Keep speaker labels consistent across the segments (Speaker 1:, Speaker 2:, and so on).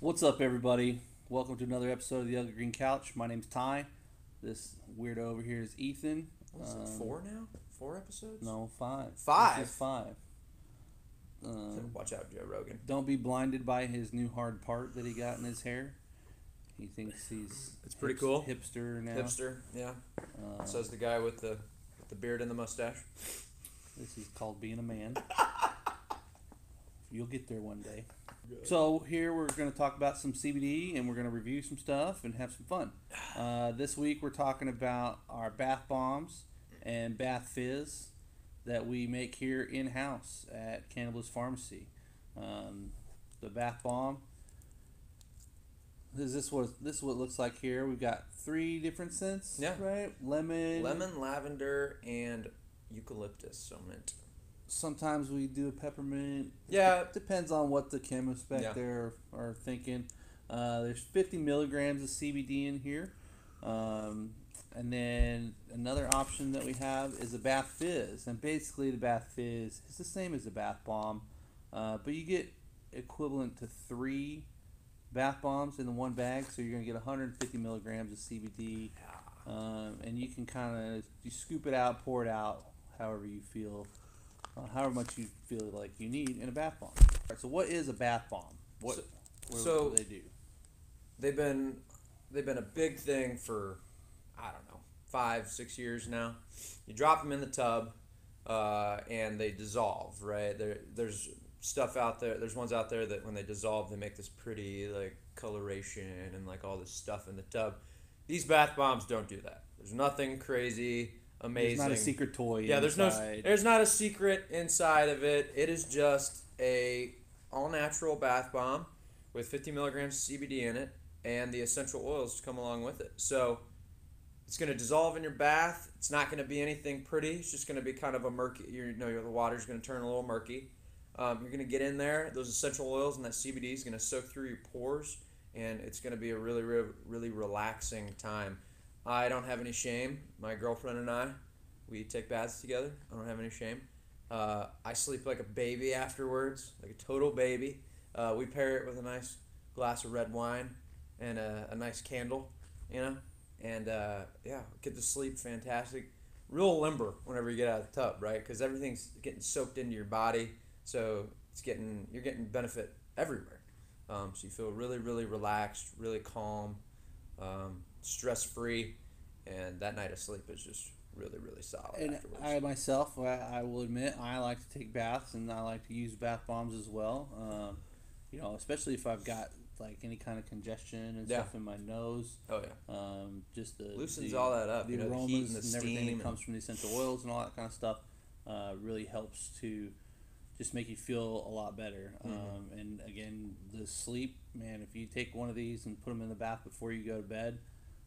Speaker 1: What's up, everybody? Welcome to another episode of the Ugly Green Couch. My name's Ty. This weirdo over here is Ethan.
Speaker 2: What's it,
Speaker 1: Um,
Speaker 2: four now? Four episodes?
Speaker 1: No, five. This
Speaker 2: Five?
Speaker 1: is five. Um,
Speaker 2: Watch out, Joe Rogan.
Speaker 1: don't be blinded by his new hard part that he got in his hair. He thinks he's
Speaker 2: It's pretty cool.
Speaker 1: hipster now.
Speaker 2: Hipster, yeah.
Speaker 1: Uh,
Speaker 2: Says the guy with the with the beard and the mustache.
Speaker 1: This is called being a man. You'll get there one day. So here we're going to talk about some CBD and we're going to review some stuff and have some fun. Uh, this week we're talking about our bath bombs and bath fizz that we make here in house at Cannabis Pharmacy. Um, the bath bomb. This is what this is what it looks like here. We've got three different scents,
Speaker 2: Yeah.
Speaker 1: right? Lemon,
Speaker 2: Lemon, lavender, and eucalyptus. So mint.
Speaker 1: sometimes we do a peppermint.
Speaker 2: Yeah.
Speaker 1: It depends on what the chemists back
Speaker 2: Yeah.
Speaker 1: there are thinking. Uh, there's 50 milligrams of CBD in here. Um, and then another option that we have is a bath fizz. And basically, the bath fizz is the same as the bath bomb, uh, but you get equivalent to three bath bombs in the one bag. So you're going to get 150 milligrams of CBD. Um, and you can kind of you scoop it out, pour it out, however you feel, uh, however much you feel like you need in a bath bomb. All right, so what is a bath bomb? What
Speaker 2: So-
Speaker 1: what
Speaker 2: so-
Speaker 1: do they do?
Speaker 2: They've been they've been a big thing for I don't know five six years now. You drop them in the tub, uh, and they dissolve. Right there, there's stuff out there. There's ones out there that when they dissolve, they make this pretty like coloration and like all this stuff in the tub. These bath bombs don't do that. There's nothing crazy, amazing.
Speaker 1: There's not a secret toy.
Speaker 2: Yeah, there's no
Speaker 1: inside.
Speaker 2: there's not a secret inside of it. It is just a all natural bath bomb with 50 milligrams of CBD in it and the essential oils to come along with it. So it's going to dissolve in your bath. It's not going to be anything pretty. It's just going to be kind of a murky. You know, your- the water's going to turn a little murky. Um, you're going to get in there. Those essential oils and that CBD is going to soak through your pores, and it's going to be a really, really, really relaxing time. I don't have any shame. My girlfriend and I, we take baths together. I don't have any shame. Uh, I sleep like a baby afterwards, like a total baby. Uh, we pair it with a nice glass of red wine and a, a nice candle, you know, and uh, yeah, get to sleep fantastic. Real limber whenever you get out of the tub, right? Because everything's getting soaked into your body, so it's getting you're getting benefit everywhere. Um, so you feel really, really relaxed, really calm, um, stress free, and that night of sleep is just really, really solid
Speaker 1: And
Speaker 2: afterwards.
Speaker 1: I myself, I, I will admit, I like to take baths and I like to use bath bombs as well. Um, you know, especially if I've got like any kind of congestion and
Speaker 2: Yeah.
Speaker 1: stuff in my nose.
Speaker 2: oh yeah,
Speaker 1: Um, just the
Speaker 2: loosens
Speaker 1: the-
Speaker 2: all that up.
Speaker 1: the
Speaker 2: you know,
Speaker 1: aromas
Speaker 2: the heat and
Speaker 1: and,
Speaker 2: the
Speaker 1: everything
Speaker 2: steam.
Speaker 1: that comes from the essential oils and all that kind of stuff uh, really helps to just make you feel a lot better.
Speaker 2: Mm-hmm.
Speaker 1: Um, and again, the sleep, man, if you take one of these and put them in the bath before you go to bed,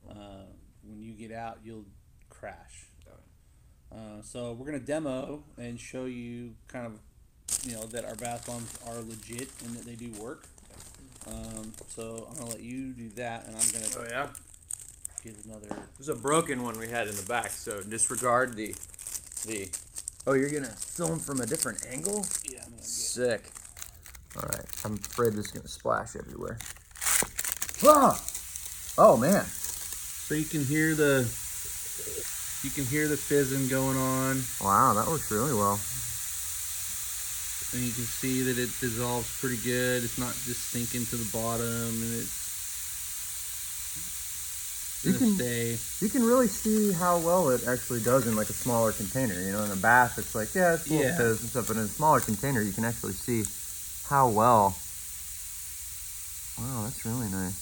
Speaker 1: uh, when you get out, you'll crash. Uh, so we're gonna demo and show you kind of, you know, that our bath bombs are legit and that they do work. Um, so I'm gonna let you do that, and I'm gonna
Speaker 2: Oh, yeah.
Speaker 1: give another.
Speaker 2: There's a broken one we had in the back, so disregard the the. Oh, you're gonna film from a different angle?
Speaker 1: Yeah, I'm gonna get-
Speaker 2: Sick. All right, I'm afraid this is gonna splash everywhere. Ah! Oh man.
Speaker 1: So you can hear the you can hear the fizzing going on,
Speaker 2: Wow, that works really well.
Speaker 1: and you can see that it dissolves pretty good. It's not just sinking to the bottom, and it's
Speaker 3: You
Speaker 1: gonna
Speaker 3: can-
Speaker 1: stay.
Speaker 3: You can really see how well it actually does in like a smaller container. You know, in a bath, it's like yeah, it's full
Speaker 1: Yeah.
Speaker 3: of fizz and stuff, but in a smaller container, you can actually see how well. Wow, that's really nice.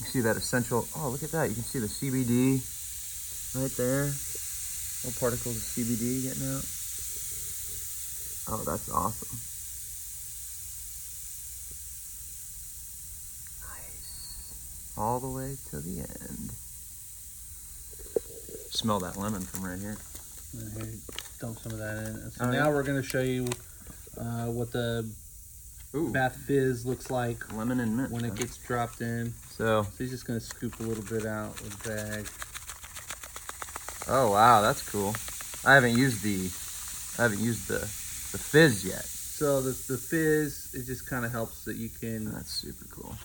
Speaker 3: You see that essential. Oh, look at that! You can see the CBD right there. Little particles of CBD getting out. Oh, that's awesome. Nice. All the way to the end. Smell that lemon from right here.
Speaker 1: And here, dump some of that in. And So
Speaker 3: All right.
Speaker 1: now we're gonna show you uh, what the
Speaker 3: Ooh.
Speaker 1: bath fizz looks like
Speaker 3: Lemon and mint.
Speaker 1: when it
Speaker 3: huh?
Speaker 1: gets dropped in.
Speaker 3: so,
Speaker 1: So he's just gonna scoop a little bit out with the bag.
Speaker 3: oh wow, that's cool. I haven't used the, I haven't used the, the fizz yet.
Speaker 1: So the the fizz it just kind of helps that you can
Speaker 3: That's super cool.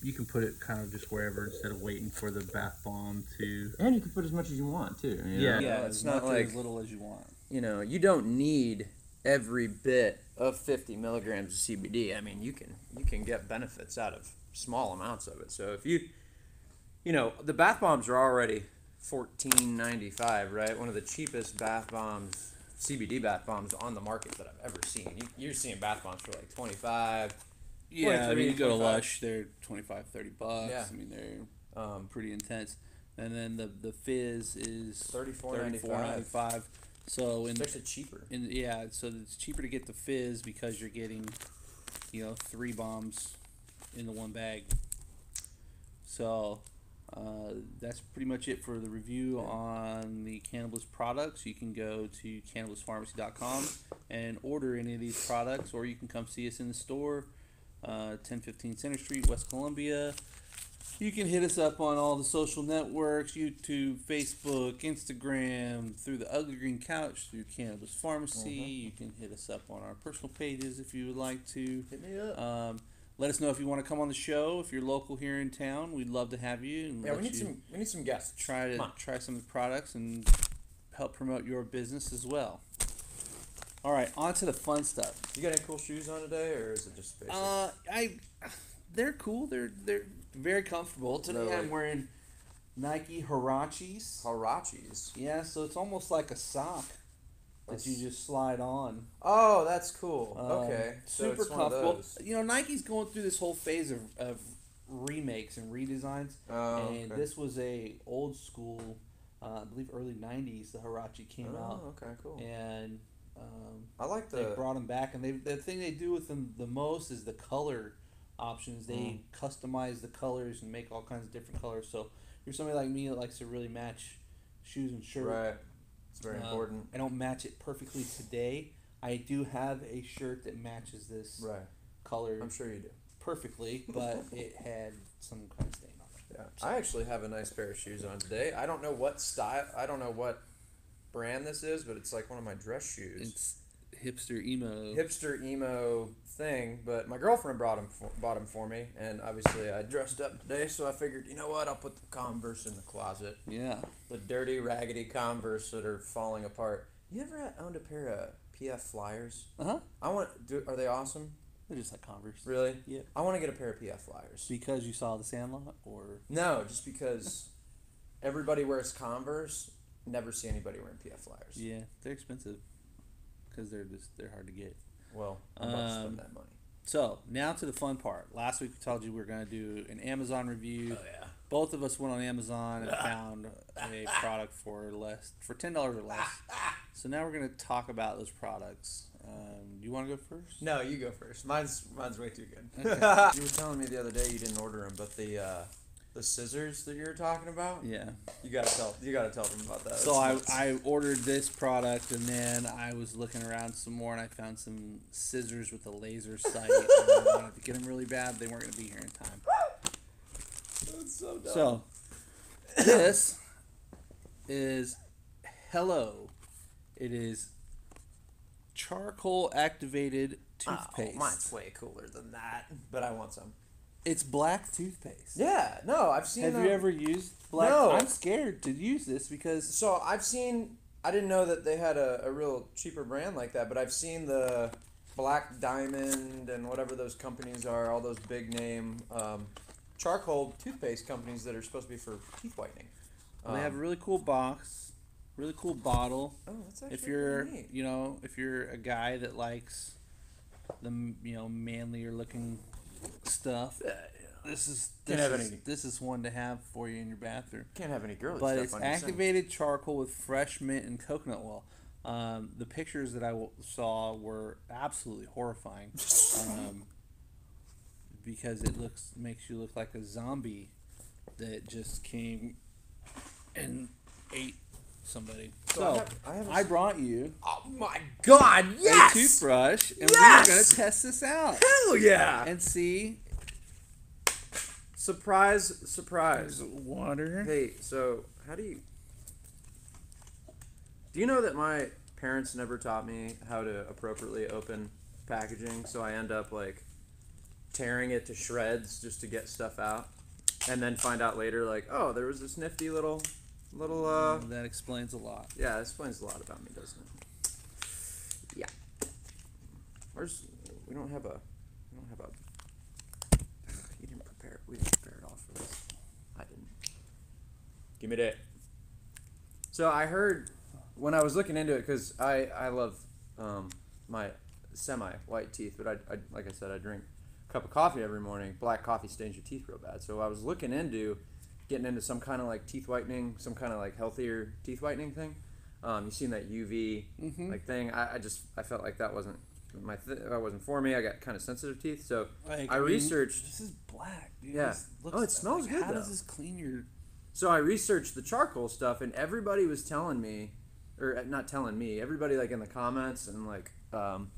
Speaker 1: you can put it kind of just wherever instead of waiting for the bath bomb to.
Speaker 3: And you can put as much as you want too. you
Speaker 1: Yeah,
Speaker 3: know?
Speaker 2: Yeah,
Speaker 1: it's
Speaker 2: it's
Speaker 1: not
Speaker 2: not like-
Speaker 1: as little as you want.
Speaker 2: you know, you don't need every bit of 50 milligrams of CBD. I mean, you can you can get benefits out of small amounts of it. So if you, you know, the bath bombs are already 14.95, right? One of the cheapest bath bombs, CBD bath bombs on the market that I've ever seen. You, you're seeing bath bombs for like 25.
Speaker 1: Yeah, I mean
Speaker 2: 23,
Speaker 1: you go to
Speaker 2: 25.
Speaker 1: Lush, they're 25, 30 bucks.
Speaker 2: Yeah.
Speaker 1: I mean they're
Speaker 2: Um,
Speaker 1: pretty intense. And then the the fizz is
Speaker 2: 34.95.
Speaker 1: $34.95. So in
Speaker 2: it's actually cheaper.
Speaker 1: And yeah, so it's cheaper to get the fizz because you're getting, you know, three bombs in the one bag. So uh, that's pretty much it for the review on the cannabis products. You can go to cannabispharmacy.com and order any of these products, or you can come see us in the store, uh, 1015 Center Street, West Columbia. You can hit us up on all the social networks YouTube, Facebook, Instagram, through the Ugly Green Couch, through Cannabis Pharmacy. You can hit us up on our personal pages if you would like to.
Speaker 2: Hit me up.
Speaker 1: Um, let us know if you want to come on the show. If you're local here in town, we'd love to have you. And
Speaker 2: Yeah,
Speaker 1: let
Speaker 2: we need
Speaker 1: you
Speaker 2: some we need some guests.
Speaker 1: try
Speaker 2: Come
Speaker 1: to
Speaker 2: on.
Speaker 1: try some of the products and help promote your business as well. All right, on to the fun stuff.
Speaker 2: You got any cool shoes on today, or is it just basic?
Speaker 1: Uh, I, they're cool. They're they're very comfortable. Today
Speaker 2: They're
Speaker 1: I'm
Speaker 2: like-
Speaker 1: wearing Nike Hirachis.
Speaker 2: Harachis.
Speaker 1: Yeah, so it's almost like a sock that you just slide on.
Speaker 2: Oh, that's cool.
Speaker 1: Um,
Speaker 2: okay, so
Speaker 1: super
Speaker 2: it's one
Speaker 1: comfortable.
Speaker 2: Of those.
Speaker 1: You know, Nike's going through this whole phase of, of remakes and redesigns,
Speaker 2: Oh,
Speaker 1: and
Speaker 2: okay.
Speaker 1: this was a old school, uh, I believe early '90s. The Hirachi came
Speaker 2: Oh,
Speaker 1: out,
Speaker 2: okay, cool.
Speaker 1: and um,
Speaker 2: I like
Speaker 1: they
Speaker 2: the.
Speaker 1: brought them back and they the thing they do with them the most is the color options they
Speaker 2: Mm.
Speaker 1: customize the colors and make all kinds of different colors so if you're somebody like me that likes to really match shoes and shirt
Speaker 2: right. It's very
Speaker 1: um,
Speaker 2: important.
Speaker 1: i don't match it perfectly today i do have a shirt that matches this
Speaker 2: Right.
Speaker 1: color
Speaker 2: I'm sure you do.
Speaker 1: perfectly but it had some kind of stain on it
Speaker 2: Yeah. I actually have a nice pair of shoes on today. I don't know what style. I don't know what brand this is, but it's like one of my dress shoes.
Speaker 1: it's hipster emo
Speaker 2: hipster emo thing, but my girlfriend brought them for, bought 'em for me, and obviously I dressed up today, so I figured, you know what, I'll put the Converse in the closet.
Speaker 1: yeah
Speaker 2: the dirty, raggedy Converse that are falling apart. You ever owned a pair of PF Flyers?
Speaker 1: uh-huh
Speaker 2: I want. Do, are they awesome?
Speaker 1: they're just like converse
Speaker 2: Really?
Speaker 1: Yeah.
Speaker 2: I want to get a pair of PF Flyers.
Speaker 1: because you saw the sandlot or
Speaker 2: No, just because everybody wears Converse. Never see anybody wearing PF Flyers.
Speaker 1: yeah they're expensive because they're just they're hard to get
Speaker 2: Well, I'm about to
Speaker 1: Um,
Speaker 2: spend that money.
Speaker 1: So now to the fun part. Last week we told you we were going to do an Amazon review.
Speaker 2: oh, yeah.
Speaker 1: Both of us went on Amazon and found a product for less for ten dollars or less. So now we're going to talk about those products. Um, you want to go first?
Speaker 2: No, you go first. Mine's mine's way too good.
Speaker 1: Okay.
Speaker 2: you were telling me the other day you didn't order them, but the uh, the scissors that you were talking about,
Speaker 1: Yeah.
Speaker 2: you gotta tell you gotta tell them about that.
Speaker 1: So I,
Speaker 2: It's nuts.
Speaker 1: I ordered this product and then I was looking around some more and I found some scissors with a laser sight. and I wanted to get them really bad. They weren't going to be here in time.
Speaker 2: That's so dumb.
Speaker 1: So, this is Hello. It is charcoal activated toothpaste.
Speaker 2: Oh, mine's way cooler than that, but I want some.
Speaker 1: It's black toothpaste.
Speaker 2: Yeah, no, I've seen. um,
Speaker 1: Have you
Speaker 2: them-
Speaker 1: ever used black?
Speaker 2: No.
Speaker 1: I'm scared to use this because
Speaker 2: So I've seen. I didn't know that they had a, a real cheaper brand like that, but I've seen the Black Diamond and whatever those companies are, all those big name um, charcoal toothpaste companies that are supposed to be for teeth whitening. Um.
Speaker 1: they have a really cool box, really cool bottle.
Speaker 2: oh, that's actually
Speaker 1: if you're
Speaker 2: pretty neat.
Speaker 1: you know if you're a guy that likes the m- you know manlier looking stuff this is
Speaker 2: Can't
Speaker 1: this
Speaker 2: have
Speaker 1: is,
Speaker 2: any-
Speaker 1: this is one to have for you in your bathroom
Speaker 2: can't have any girly
Speaker 1: but
Speaker 2: stuff
Speaker 1: it's
Speaker 2: on your skin.
Speaker 1: activated charcoal with fresh mint and coconut oil um, the pictures that I w- saw were absolutely horrifying um, because it looks makes you look like a zombie that just came and ate somebody so,
Speaker 2: So I have- I have a-
Speaker 1: I brought you
Speaker 2: Oh my god! Yes!
Speaker 1: a toothbrush, and
Speaker 2: Yes!
Speaker 1: we're gonna test this out
Speaker 2: Hell yeah!
Speaker 1: and see.
Speaker 2: surprise! Surprise!
Speaker 1: There's water.
Speaker 2: Hey, so how do you do you know that my parents never taught me how to appropriately open packaging, so I end up like tearing it to shreds just to get stuff out, and then find out later like, oh, there was this nifty little, little uh,
Speaker 1: that explains a lot.
Speaker 2: yeah, that explains a lot about me, doesn't it? Yeah. Where's we don't have a we don't have a you didn't prepare we didn't prepare at all for this. I didn't. Give me that. So I heard when I was looking into it because I I love um, my semi white teeth, but I, I like I said I drink a cup of coffee every morning. Black coffee stains your teeth real bad, so I was looking into getting into some kind of like teeth whitening, some kind of like healthier teeth whitening thing. Um, you seen that UV
Speaker 1: Mhm.
Speaker 2: like thing? I, I just I felt like that wasn't my th- that wasn't for me. I got kind of sensitive teeth, so
Speaker 1: Like,
Speaker 2: I
Speaker 1: mean,
Speaker 2: researched
Speaker 1: This is black, dude.
Speaker 2: Yeah.
Speaker 1: This looks
Speaker 2: Oh, it smells
Speaker 1: like,
Speaker 2: good,
Speaker 1: How does
Speaker 2: though.
Speaker 1: this clean your?
Speaker 2: So I researched the charcoal stuff, and everybody was telling me, or uh, not telling me, everybody like in the comments and like um,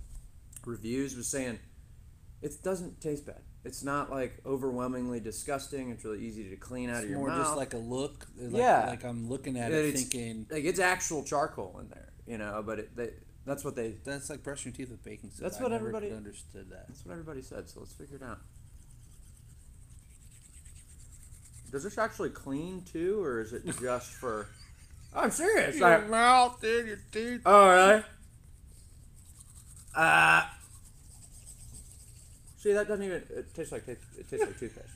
Speaker 2: reviews was saying it doesn't taste bad. It's not like overwhelmingly disgusting. It's really easy to clean out
Speaker 1: It's
Speaker 2: of your
Speaker 1: more
Speaker 2: mouth.
Speaker 1: just like a look. Like,
Speaker 2: Yeah.
Speaker 1: Like I'm looking at
Speaker 2: Yeah,
Speaker 1: it
Speaker 2: it's-
Speaker 1: thinking
Speaker 2: like it's actual charcoal in there, you know. But it, they, that's what they
Speaker 1: that's like brushing your teeth with baking soda.
Speaker 2: That's
Speaker 1: I
Speaker 2: what
Speaker 1: never
Speaker 2: everybody-
Speaker 1: understood that.
Speaker 2: that's what everybody said. So let's figure it out. Does this actually clean too, or is it just for? I'm serious. I-
Speaker 1: mouth, dude. Your teeth.
Speaker 2: All right. Uh, see, that doesn't even. It tastes like it, it tastes like toothpaste.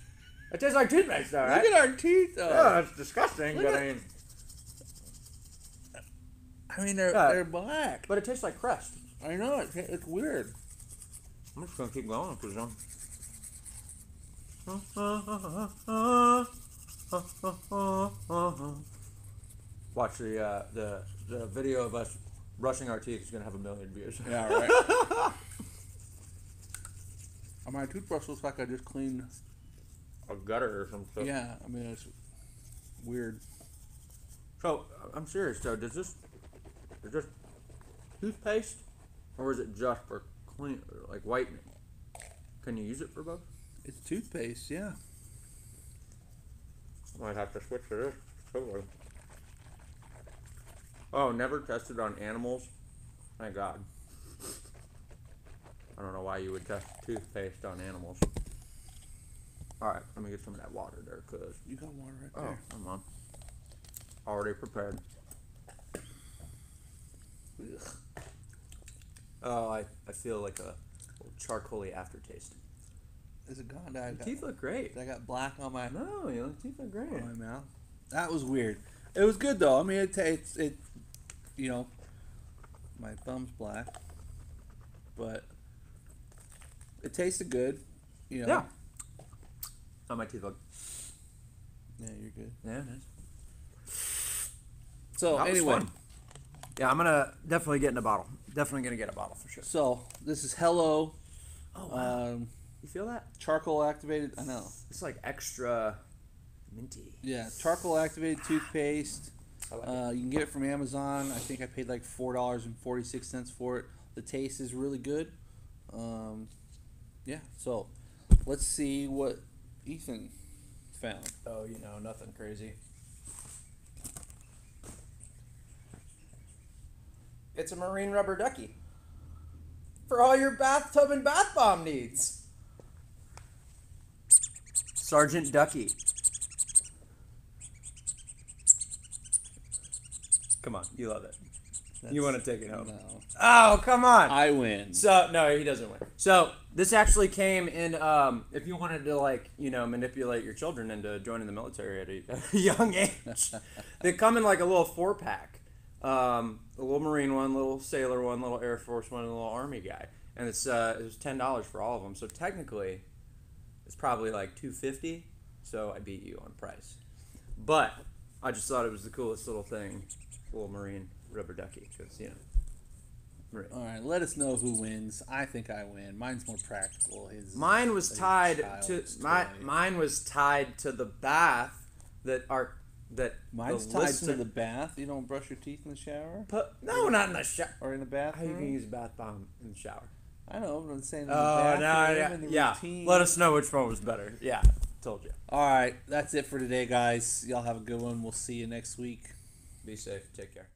Speaker 2: It tastes like toothpaste, all right.
Speaker 1: Look at our teeth. Though.
Speaker 2: Oh, it's disgusting,
Speaker 1: Look
Speaker 2: but
Speaker 1: at-
Speaker 2: I mean,
Speaker 1: I mean, they're
Speaker 2: Yeah.
Speaker 1: they're black.
Speaker 2: but it tastes like crust.
Speaker 1: I know it. It's weird.
Speaker 2: I'm just gonna keep going because I'm. Watch the uh, the the video of us brushing our teeth is gonna have a million views.
Speaker 1: Yeah, right. Oh, My toothbrush looks like I just cleaned.
Speaker 2: A gutter or some stuff.
Speaker 1: Yeah, I mean it's weird.
Speaker 2: So I'm serious though. Does this is this toothpaste, or is it just for clean like whitening? Can you use it for both?
Speaker 1: It's toothpaste, yeah.
Speaker 2: Might have to switch to this. Totally. Oh, never tested on animals. Thank God. I don't know why you would test toothpaste on animals. All right, let me get some of that water there, cause
Speaker 1: You got water right
Speaker 2: oh,
Speaker 1: there.
Speaker 2: come on, already prepared.
Speaker 1: Ugh.
Speaker 2: Oh, I, I feel like a little charcoaly aftertaste.
Speaker 1: Is it gone? Did I got,
Speaker 2: teeth look great.
Speaker 1: did I got black on my,
Speaker 2: No, your teeth look great.
Speaker 1: on my mouth. That was weird. It was good though. I mean, it, ta- it's it, you know, my thumb's black, but it tasted good. You know.
Speaker 2: Yeah. Oh, my teeth look.
Speaker 1: Yeah, you're good.
Speaker 2: Yeah, nice.
Speaker 1: So
Speaker 2: That was
Speaker 1: anyway,
Speaker 2: fun. Yeah, I'm gonna definitely get in a bottle. Definitely gonna get a bottle for sure.
Speaker 1: so this is hello.
Speaker 2: Oh
Speaker 1: Um,
Speaker 2: you feel that?
Speaker 1: charcoal activated. I know.
Speaker 2: It's like extra minty.
Speaker 1: Yeah, charcoal activated toothpaste.
Speaker 2: I like
Speaker 1: Uh, you can get it from Amazon. I think I paid like four dollars and forty six cents for it. The taste is really good. Um, yeah, so let's see what Ethan found.
Speaker 2: Oh, you know, nothing crazy. It's a marine rubber ducky. For all your bathtub and bath bomb needs. Sergeant Ducky. Come on, you love it. You wanna take it home?
Speaker 1: No,
Speaker 2: Oh, come on.
Speaker 1: I win.
Speaker 2: So no, he doesn't win. So this actually came in. Um, if you wanted to like you know manipulate your children into joining the military at a, at a young age, they come in like a little four pack. Um, a little Marine one, little sailor one, little Air Force one, and a little Army guy. And it's uh, it was ten dollars for all of them. So technically, it's probably like two fifty. So I beat you on price, but I just thought it was the coolest little thing, little Marine rubber ducky, because you know. Marine.
Speaker 1: All right, let us know who wins. I think I win. Mine's more practical. His is
Speaker 2: Mine was
Speaker 1: like a
Speaker 2: tied to
Speaker 1: child's
Speaker 2: my
Speaker 1: toy.
Speaker 2: mine was tied to the bath that our that
Speaker 1: Mine's
Speaker 2: the
Speaker 1: tied
Speaker 2: listener-
Speaker 1: to the bath. You don't brush your teeth in the shower
Speaker 2: pu- no, not in the shower.
Speaker 1: or in the
Speaker 2: How you
Speaker 1: bathroom.
Speaker 2: can use a bath bomb in the shower?
Speaker 1: I know, but I'm saying Hmm? in the
Speaker 2: Oh no,
Speaker 1: bathroom,
Speaker 2: yeah,
Speaker 1: in the
Speaker 2: yeah.
Speaker 1: routine.
Speaker 2: Let us know which one was better. Yeah, told you.
Speaker 1: All right, that's it for today, guys. Y'all have a good one. We'll see you next week.
Speaker 2: Be safe. Take care.